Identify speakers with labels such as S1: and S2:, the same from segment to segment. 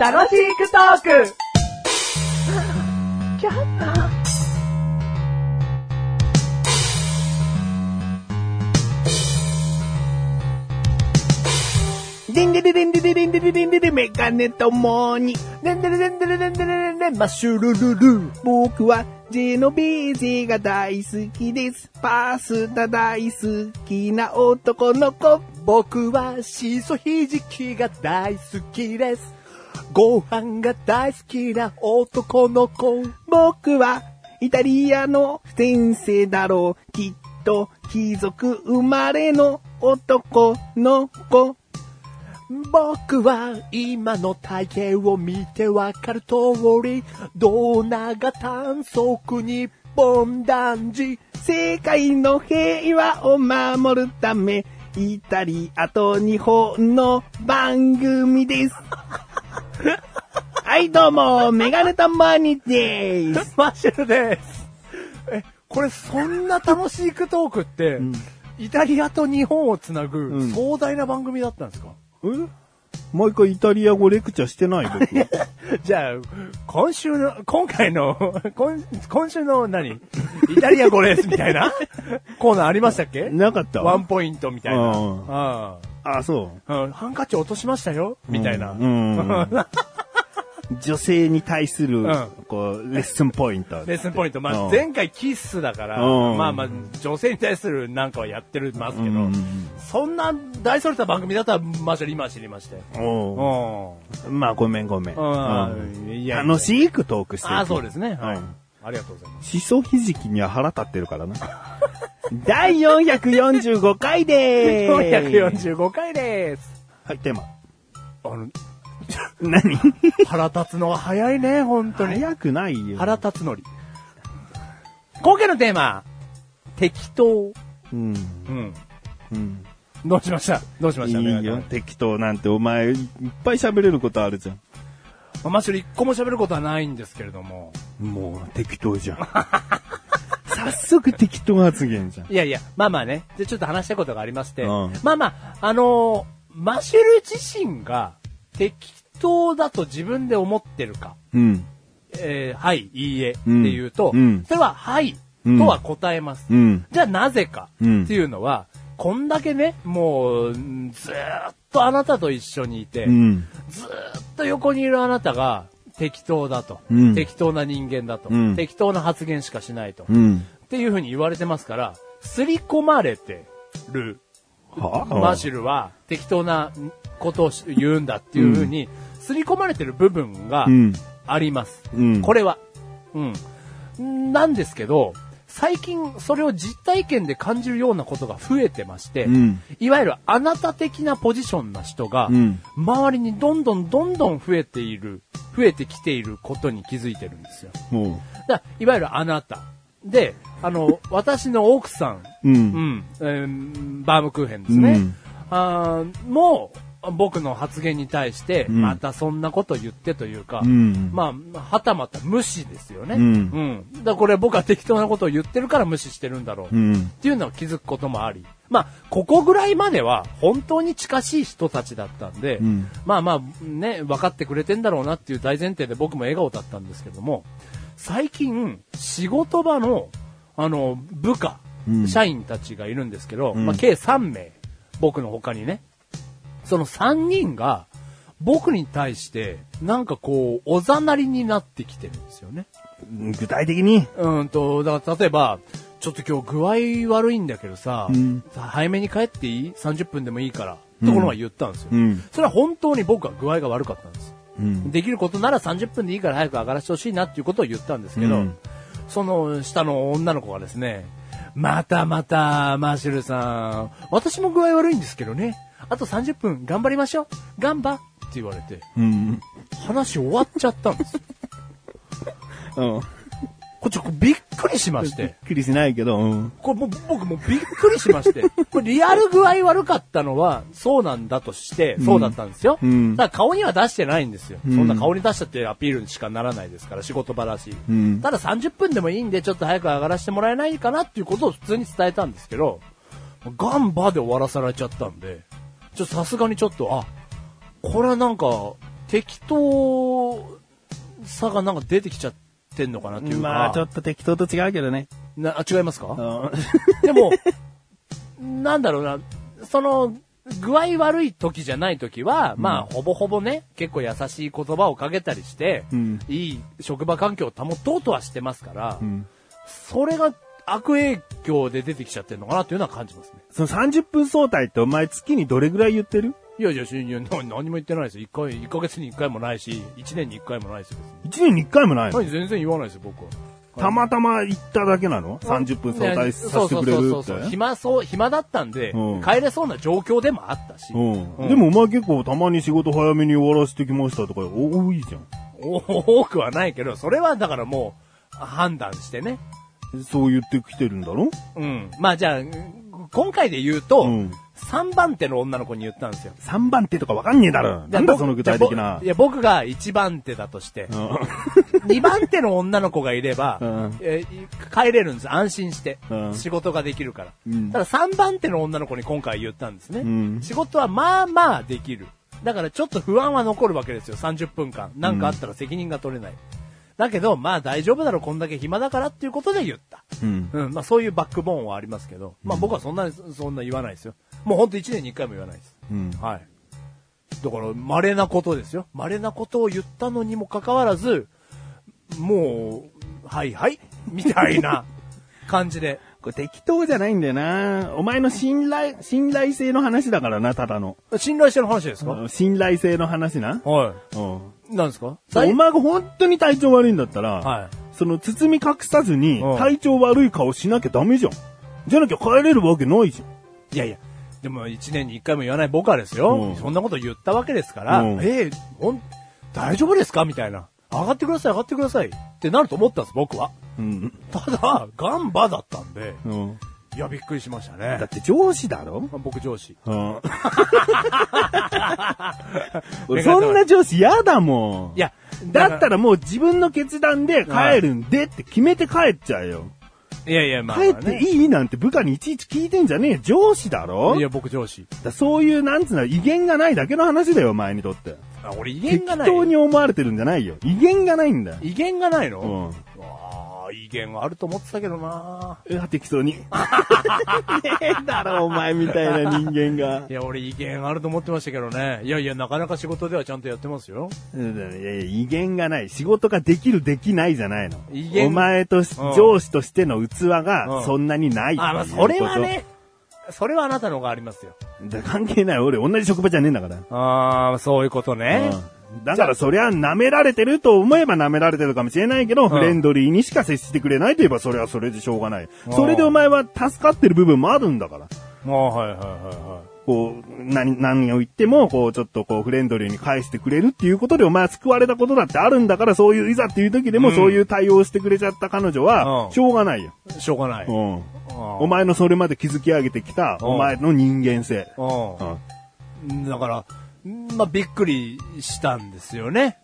S1: 楽しくトーク
S2: デンデレデンデレデンデレデンデレメガネともに。デンデレデンデレデンデレデンデレマッシュルルル。僕はジェノベーゼが大好きです。パスタ大好きな男の子。
S3: 僕はシソひじきが大好きです。ご飯が大好きな男の子。
S2: 僕はイタリアの先生だろう。きっと貴族生まれの男の子。
S3: 僕は今の体型を見てわかる通り、ドーナーが短足日本男児。
S2: 世界の平和を守るため、イタリアと日本の番組です。 はい、どうも、メガネとマニです。
S3: マッシュルです。え、これそんな楽しいクトークって、イタリアと日本をつなぐ
S2: ん
S3: 壮大な番組だったんですか、
S2: 毎回イタリア語レクチャーしてない僕。
S3: じゃあ、今週の、今回の、 今今週の何イタリア語レースみた いなコーナーありましたっけ
S2: なかった
S3: ワ
S2: わ
S3: ンポイントみたい
S2: うん
S3: な。
S2: あ、そう。
S3: うんうんハンカチ落としましたよみたいな。
S2: うん。女性に対する
S3: うん、
S2: こう、レッスンポイント。
S3: レッスンポイント。ま
S2: う
S3: あ、
S2: ん
S3: 前回キスだから、
S2: うん
S3: まあまあ、女性に対するなんかはやってるますけ
S2: う
S3: ど
S2: ん、
S3: そんな大それた番組だったら、マジで今知りましたよ。
S2: おう
S3: う
S2: まあ、ごめんごめん。
S3: ん。
S2: うん
S3: いや
S2: 楽しくトークしていこ
S3: あ、そうですね。
S2: はい。
S3: ありがとうございます。
S2: しそひじきには腹立ってるからな。 第445回でーす。
S3: 445回です。
S2: はい、テーマ。
S3: あの、
S2: 何
S3: 腹立つのが早いね、本当に。
S2: 早くないよ。
S3: 腹立つのり。今回のテーマ、適当。
S2: うん。
S3: うん。
S2: うん。
S3: どうしましたどうしま
S2: い
S3: した
S2: いよ。。適当なんてお前、いっぱい喋れることあるじゃ
S3: まあマッシュル一個も喋ることはないんですけれども。
S2: ん。もう、適当じゃん。 早速適当発言じゃん。
S3: いやいや、まあまあね。で、ちょっと話したことがありまして。
S2: うん
S3: まあまあ、あのーマッシュル自身が適当だと自分で思ってるか。
S2: うん。
S3: えーはい、いいえっていうと、
S2: うんうん
S3: それは、はい、とは答えます。
S2: うん。
S3: じゃあなぜかって
S2: うん
S3: いうのは、こんだけね、もう、んずーっとあなたと一緒にいて、
S2: うん。
S3: ずーっと横にいるあなたが適当だと、
S2: うん
S3: 適当な人間だと、
S2: うん
S3: 適当な発言しかしないと、
S2: う
S3: っ
S2: ん。
S3: ていうふうに言われてますから、刷り込まれてる
S2: は
S3: マシュルは適当なことをし言うんだっていうふうに、刷り込まれてる部分が
S2: うん。
S3: あります。
S2: うん。
S3: これは。うん。なんですけど、最近それを実体験で感じるようなことが増えてまして、
S2: うん
S3: いわゆるあなた的なポジションな人が、
S2: うん
S3: 周りにどんどんどんどん増えている、増えてきていることに気づいてるんですよ。
S2: も
S3: だいわゆるあなた。で、あの、私の奥さん、
S2: う。うん。
S3: うん、えーバームクーヘンですね。
S2: うん
S3: あーもう、僕の発言に対して、
S2: ん
S3: またそんなこと言ってというか、
S2: うん
S3: まあ、はたまた無視ですよね。
S2: うん
S3: うんだからこれ僕は適当なことを言ってるから無視してるんだろう。
S2: う
S3: っ
S2: ん。
S3: ていうのを気づくこともあり。まあ、ここぐらいまでは本当に近しい人たちだったんで、
S2: ん
S3: まあまあね、分かってくれてんだろうなっていう大前提で僕も笑顔だったんですけども、最近、仕事場の、あの、部下、
S2: うん
S3: 社員たちがいるんですけど、
S2: ん
S3: まあ、計3名、僕の他にね、その3人が、僕に対して、なんかこう、おざなりになってきてるんですよね。
S2: 具体的に。
S3: うんと、だから例えば、ちょっと今日具合悪いんだけどさ、
S2: ん
S3: さ早めに帰っていい ?30 分でもいいから。ってこのは言ったんですよ、
S2: うん
S3: それは本当に僕は具合が悪かったんです。
S2: うん。
S3: できることなら30分でいいから早く上がらせてほしいなっていうことを言ったんですけど、
S2: うん
S3: その下の女の子がですね、またまた、マーシュルさん、私も具合悪いんですけどね、あと30分頑張りましょう、頑張って言われて、
S2: うん。
S3: 話終わっちゃったんですよ。
S2: うん。
S3: こっちびっくりしまし。
S2: びってくりしないけど、うん。
S3: これもう僕もうびっくりしま して、これリアル具合悪かったのはそうなんだとして、そうだったんですよ。
S2: うん
S3: だから顔には出してないんですよ。そんな顔に出したってアピールにしかならないですから、仕事場らしい。
S2: うん
S3: ただ30分でもいいんで、ちょっと早く上がらせてもらえないかなっていうことを普通に伝えたんですけど、ガンバで終わらされちゃったんで、ちょっとさすがにちょっと、あ、これはなんか、適当さがなんか出てきちゃってんのかなっていうか。
S2: まあ、ちょっと適当と違うけどね。
S3: なあ違います
S2: う
S3: か
S2: ん
S3: でも、なんだろうな、その、具合悪い時じゃない時は、まあ、ほぼほぼね、結構優しい言葉をかけたりして、
S2: うん
S3: いい職場環境を保とうとはしてますから、
S2: ん
S3: それが悪影響で出てきちゃってるのかなっていうのは感じますね。
S2: その30分相対ってお前月にどれぐらい言ってる
S3: いやいや、いやな何も言ってないですよ。一回、一ヶ月に一回もないし、一年に一回もないですよ。
S2: ?1 年に1回もないの、
S3: はい、全然言わないですよ、僕は。
S2: たまたま行っただけなの ?30 分相対させてくれ
S3: ね
S2: る
S3: そうそう
S2: って
S3: そうそう。。暇そう、暇だったんで、
S2: うん
S3: 帰れそうな状況でもあったし。
S2: うん
S3: うん
S2: でもお前結構たまに仕事早めに終わらせてきましたとか、お、多いじゃん。
S3: お多くはないけど、それはだからもう、判断してね。
S2: そう言ってきてるんだろ
S3: うん。まあじゃあ、今回で言うと、
S2: うん
S3: 三3番手の女の子に言ったんですよ。
S2: ?3 番手とかわかんねえだろ。なんだその具体的な
S3: じ。ゃあ僕いや、僕が1番手だとして、2番手の女の子がいれば、
S2: うん
S3: えーい帰れるんです。安心して。
S2: うん
S3: 仕事ができるから。
S2: うん
S3: ただ3番手の女の子に今回言ったんですね。
S2: うん
S3: 仕事はまあまあできる。だからちょっと不安は残るわけですよ。30分間。なんかあったら責任が取れない。だけど、まあ大丈夫だろう、こんだけ暇だからっていうことで言った。
S2: うん。
S3: うん、まあそういうバックボーンはありますけど、まあ僕はそんなに、そんな言わないですよ。もうほんと1年に1回も言わないです。
S2: うん。
S3: はい。だから、稀なことですよ。稀なことを言ったのにもかかわらず、もう、はいはい、みたいな感じで。
S2: これ適当じゃないんだよな。お前の信頼、信頼性の話だからな、ただの。
S3: 信頼してる話ですか、
S2: 信頼性の話な。
S3: は
S2: うん。
S3: い。なんですか
S2: お前が本当に体調悪いんだったら、
S3: は
S2: その包み隠さずに
S3: うん
S2: 体調悪い顔しなきゃダメじゃん。じゃなきゃ帰れるわけないじゃん。
S3: い。いやいや。でも、一年に一回も言わない僕はですよ、
S2: うん
S3: そんなこと言ったわけですから、
S2: うん
S3: ええほん、大丈夫ですかみたいな。上がってください、上がってください。ってなると思ったんです、僕は。
S2: うん。
S3: ただ、ガンバだったんで、
S2: うん。
S3: いや、びっくりしました
S2: だ
S3: ね
S2: っ。て上司だろ
S3: 僕上司。
S2: うん。俺 そんな上司嫌だもん。
S3: いや、
S2: だったらもう自分の決断で帰るんでって決めて帰っちゃうよ。
S3: いやいや、まあ、まあ
S2: 帰
S3: ね、
S2: っていいなんて部下にいちいち聞いてんじゃねえよ上司だろ
S3: いや、僕上司。
S2: だからそういう、なんつうの、威厳がないだけの話だよ、お前にとって。
S3: あ、俺威厳がない。
S2: 適当に思われてるんじゃないよ。威厳がないんだよ。
S3: 威厳がないの
S2: う、ん。
S3: ああ、威厳があると思ってたけどな
S2: うわ、適当 に。ねえだろ、お前みたいな人間が
S3: い。や、俺威厳あると思ってましたけどね。いやいや、なかなか仕事ではちゃんとやってますよ。
S2: うんいやいや、威厳がない。仕事ができる、できないじゃないの
S3: 威。厳
S2: お前とし、
S3: うん
S2: 上司としての器
S3: う
S2: が
S3: ん
S2: そんなにないっていう
S3: あ、まあ、
S2: こと
S3: それは。ね、それはあなたの方がありますよ。
S2: だ関係ない。俺、同じ職場じゃねえんだから。
S3: ああ、そういうことね。
S2: うんだからそりゃ舐められてると思えば舐められてるかもしれないけど、フレンドリーにしか接してくれないといえばそれはそれでしょうがない。
S3: うん
S2: それでお前は助かってる部分もあるんだから。
S3: ああ、はいはいは
S2: こう、何、何を言っても、こう、ちょっとこう、フレンドリーに返してくれるっていうことで、お前は救われたことだってあるんだから、そういう、いざっていう時でも、
S3: うん
S2: そういう対応をしてくれちゃった彼女
S3: う
S2: は
S3: ん、
S2: しょうがないよ。
S3: いはい。しょうがない。
S2: う
S3: あ
S2: ん。
S3: あ
S2: お前のそれまで築き上げてきた、
S3: うん
S2: お前の人間性。
S3: うん
S2: うん。
S3: だから、まあ、びっくりしたんですよね。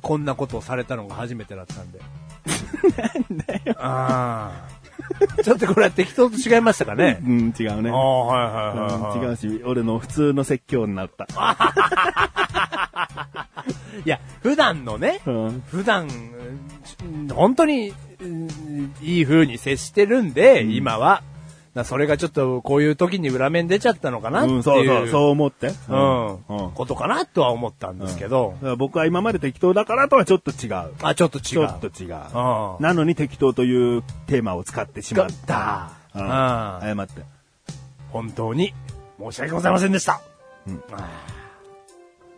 S3: こんなことをされたのが初めてだったんで。なんだよ。ああ。ちょっとこれは適当と違いましたかね。
S2: うん、違うね
S3: あ。あ、はいはいはい、はい
S2: うん違うし、俺の普通の説教になった。
S3: いや、普段のね、
S2: うん
S3: 普段、うん本当に、うんいい風に接してるんで、今は。なそれがちょっと、こういう時に裏面出ちゃったのかなっていうう。
S2: ん、そうそう、そう思って。
S3: うん
S2: うん
S3: ことかなとは思ったんですけど
S2: だ、から僕は今まで適当だからとはちょっと違う。
S3: あ、ちょっと違う。
S2: ちょっと違う。
S3: うん
S2: なのに適当というテーマを使ってしまっ
S3: 使った
S2: た。うん謝って。
S3: 本当に申し訳ございませんでした。うん。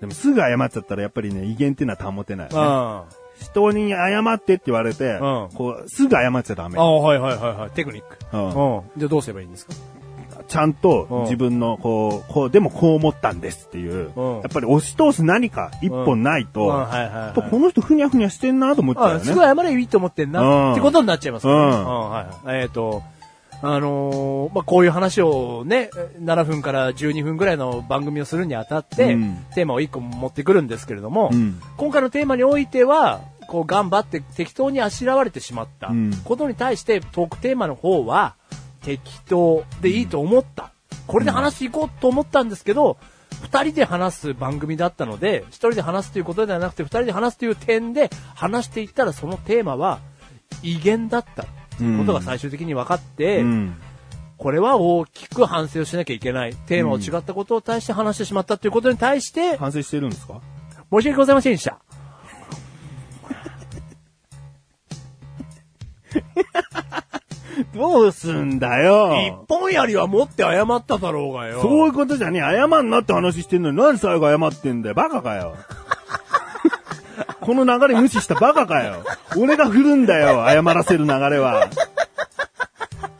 S2: でもすぐ謝っちゃったらやっぱりね、威厳っていうのは保てない、ね。
S3: あ
S2: 人に謝ってって言われて、
S3: うん
S2: こう、すぐ謝っちゃダメ
S3: あ、。はいはいはいはい。テクニック。
S2: うん
S3: うん。じゃあどうすればいいんですか
S2: ちゃんと
S3: うん
S2: 自分のこう、こう、でもこう思ったんですっていう、
S3: うん
S2: やっぱり押し通す何か一本ないと、
S3: うん
S2: や
S3: うんはいはいはい
S2: っぱこの人ふにゃふにゃしてんなと思っちゃうよ
S3: あ
S2: ね。
S3: すごい謝ればいいと思って
S2: う
S3: ん
S2: ん
S3: な。ってことになっちゃいますからね。
S2: うん
S3: はいはい。えっと、あのーまあ、こういう話をね、7分から12分ぐらいの番組をするにあたって、
S2: うん
S3: テーマを1個持ってくるんですけれども、
S2: うん
S3: 今回のテーマにおいては、こう頑張って適当にあしらわれてしまった
S2: うん
S3: ことに対して、トークテーマの方は、適当でいいと思った。これで話していこうと思ったんですけど、二人で話す番組だったので、一人で話すということではなくて、二人で話すという点で話していったら、そのテーマは、威厳だった。ことが最終的に分かって、
S2: うん。
S3: これは大きく反省をしなきゃいけない。テーマを違ったことを対して話してしまったということに対して、
S2: 反省してるんですか
S3: 申し訳ございませんでした。
S2: どうすんだよ。
S3: 一本槍は持って謝っただろうがよ。
S2: そういうことじゃねえ。謝んなって話してんのに、なんで最後謝ってんだよ。バカかよ。この流れ無視したバカかよ。俺が振るんだよ。謝らせる流れは。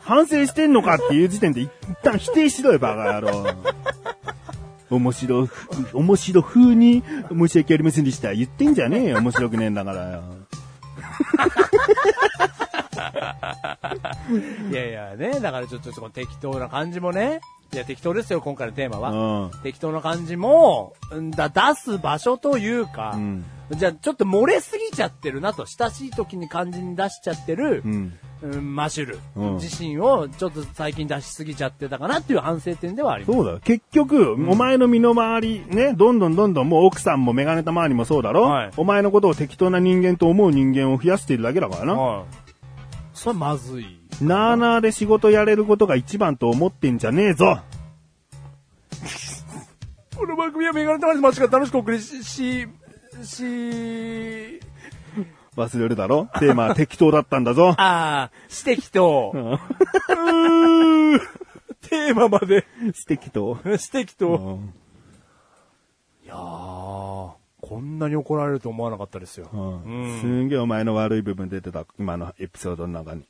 S2: 反省してんのかっていう時点で一旦否定しろよ、バカ野郎。面白ふ、面白風に申し訳ありませんでした。言ってんじゃねえよ。面白くねえんだからよ。
S3: いやいやね、だからちょっとその適当な感じもね、いや適当ですよ、今回のテーマは。
S2: う
S3: 適当な感じも、んだ、出す場所というか、
S2: ん
S3: じゃあちょっと漏れすぎちゃってるなと、親しい時に感じに出しちゃってる、
S2: ん。うん。
S3: うんマシュル、
S2: うん
S3: 自身をちょっと最近出しすぎちゃってたかなっていう反省点ではあります。
S2: そうだよ。結局、お前の身の回り、ね、どんどんどんどんもう奥さんもメガネた周りもそうだろ、
S3: はい
S2: お前のことを適当な人間と思う人間を増やしているだけだからな。
S3: はい。それはまずい。
S2: なあなあで仕事やれることが一番と思ってんじゃねえぞ
S3: この番組はメガネたまりマッチが楽しくお送りし、し、し、
S2: 忘れるだろテーマは 適当だったんだぞ
S3: ああ、指摘と、うーテーマまで、
S2: 適当
S3: 指摘
S2: う
S3: と。
S2: ん
S3: いやー、こんなに怒られると思わなかったですよ。
S2: うん、すんげえお前の悪い部分出てた、今のエピソードの中に。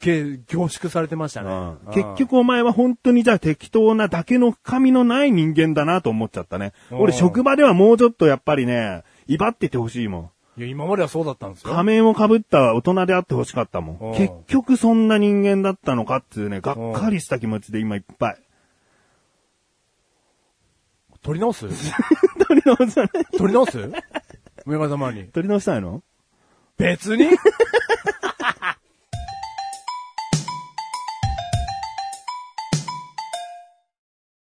S3: け凝縮されてましたね。うん
S2: 結、局お前は本当にじゃあ適当なだけの深みのない人間だなと思っちゃったね。俺
S3: うん
S2: 職場ではもうちょっとやっぱりね、威張っててほしいもん。
S3: いや、今まではそうだったんですよ。
S2: 仮面を被った大人であってほしかったも。
S3: うんん
S2: 結局そんな人間だったのかっていうね、がっかりした気持ちで今いっぱい。
S3: 取り直す
S2: 取り直さない
S3: 取り直すメガネたまに。
S2: 取り直したいの
S3: 別に